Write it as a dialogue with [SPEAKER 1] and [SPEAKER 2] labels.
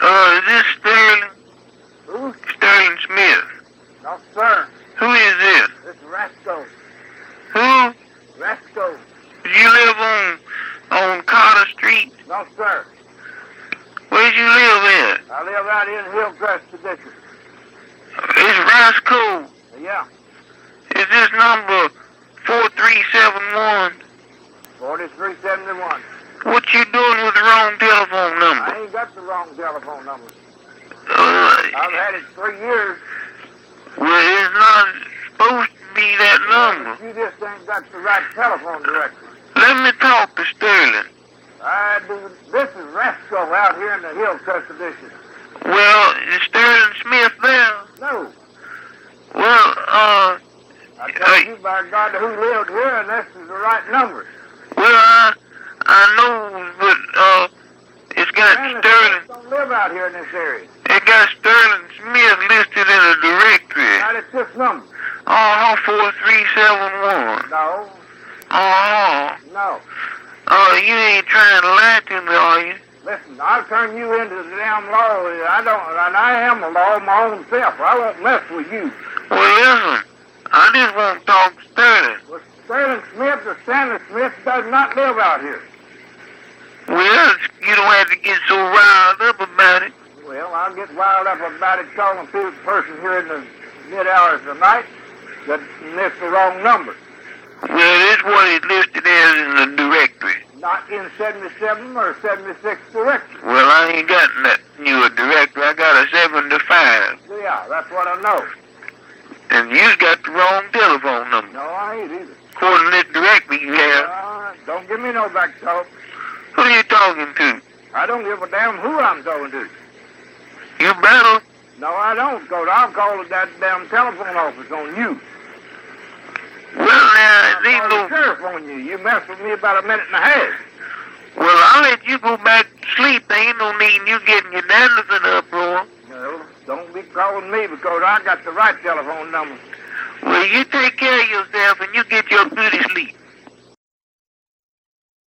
[SPEAKER 1] Uh, is this Sterling?
[SPEAKER 2] Who?
[SPEAKER 1] Sterling Smith.
[SPEAKER 2] No, sir.
[SPEAKER 1] Who is this?
[SPEAKER 2] It's Rasco.
[SPEAKER 1] Who?
[SPEAKER 2] Rasco.
[SPEAKER 1] Do you live on on Carter Street?
[SPEAKER 2] No, sir.
[SPEAKER 1] Where'd you live at?
[SPEAKER 2] I live out in Hillcrest Tradition.
[SPEAKER 1] It's Roscoe.
[SPEAKER 2] Yeah.
[SPEAKER 1] Is this number four three seven one?
[SPEAKER 2] 4371.
[SPEAKER 1] What you doing with the wrong telephone number?
[SPEAKER 2] I ain't got the wrong telephone number. I've
[SPEAKER 1] Uh,
[SPEAKER 2] had it three years.
[SPEAKER 1] well, it's not supposed to be that number.
[SPEAKER 2] You just ain't got the right telephone directory.
[SPEAKER 1] Let me talk to Sterling.
[SPEAKER 2] I do. This is Rasco out here in the Hillcrest Tradition.
[SPEAKER 1] Well, is Sterling Smith there?
[SPEAKER 2] No.
[SPEAKER 1] Well, uh,
[SPEAKER 2] I
[SPEAKER 1] Hey.
[SPEAKER 2] tell you by God who lived here, and this is the right number.
[SPEAKER 1] well, I, I know, but, uh, it's got
[SPEAKER 2] Man, the
[SPEAKER 1] Sterling,
[SPEAKER 2] Smiths don't live out here in this area.
[SPEAKER 1] it got Sterling Smith listed in the directory.
[SPEAKER 2] Not at this number.
[SPEAKER 1] Uh-huh, 4371.
[SPEAKER 2] No,
[SPEAKER 1] Uh-huh.
[SPEAKER 2] no.
[SPEAKER 1] Oh, you ain't trying to lie to me, are you?
[SPEAKER 2] Listen, I'll turn you into the damn law. I don't, and I am the law of my own self. I won't mess with you.
[SPEAKER 1] Well, listen, I just want to talk to Sterling.
[SPEAKER 2] But Sterling Smith or Stanley Smith does not live out here.
[SPEAKER 1] Well, you don't have to get so riled up about it.
[SPEAKER 2] Well, I'll get wild up about it calling a person here in the mid hours of the night that missed the wrong number.
[SPEAKER 1] Well, it's what it listed as in the directory.
[SPEAKER 2] Not in 77 or 76 direction.
[SPEAKER 1] Well, I ain't got nothing. You a director. I got a 75.
[SPEAKER 2] Yeah, that's what I know.
[SPEAKER 1] And you got the wrong telephone number.
[SPEAKER 2] No, I ain't either.
[SPEAKER 1] According to this directory you have,
[SPEAKER 2] Uh, don't give me no back talk.
[SPEAKER 1] who you talking to?
[SPEAKER 2] I don't give a damn who I'm going to.
[SPEAKER 1] You battle?
[SPEAKER 2] No, I don't go. I'll call that damn telephone office on you.
[SPEAKER 1] Well, now, it
[SPEAKER 2] I'll
[SPEAKER 1] ain't
[SPEAKER 2] call the
[SPEAKER 1] no...
[SPEAKER 2] sheriff on you. You messed with me about a minute and a half.
[SPEAKER 1] Well, I'll let you go back to sleep. There ain't no need in you getting your dandruff in the uproar.
[SPEAKER 2] No, don't be calling me because I got the right telephone number.
[SPEAKER 1] Well, you take care of yourself and you get your beauty sleep.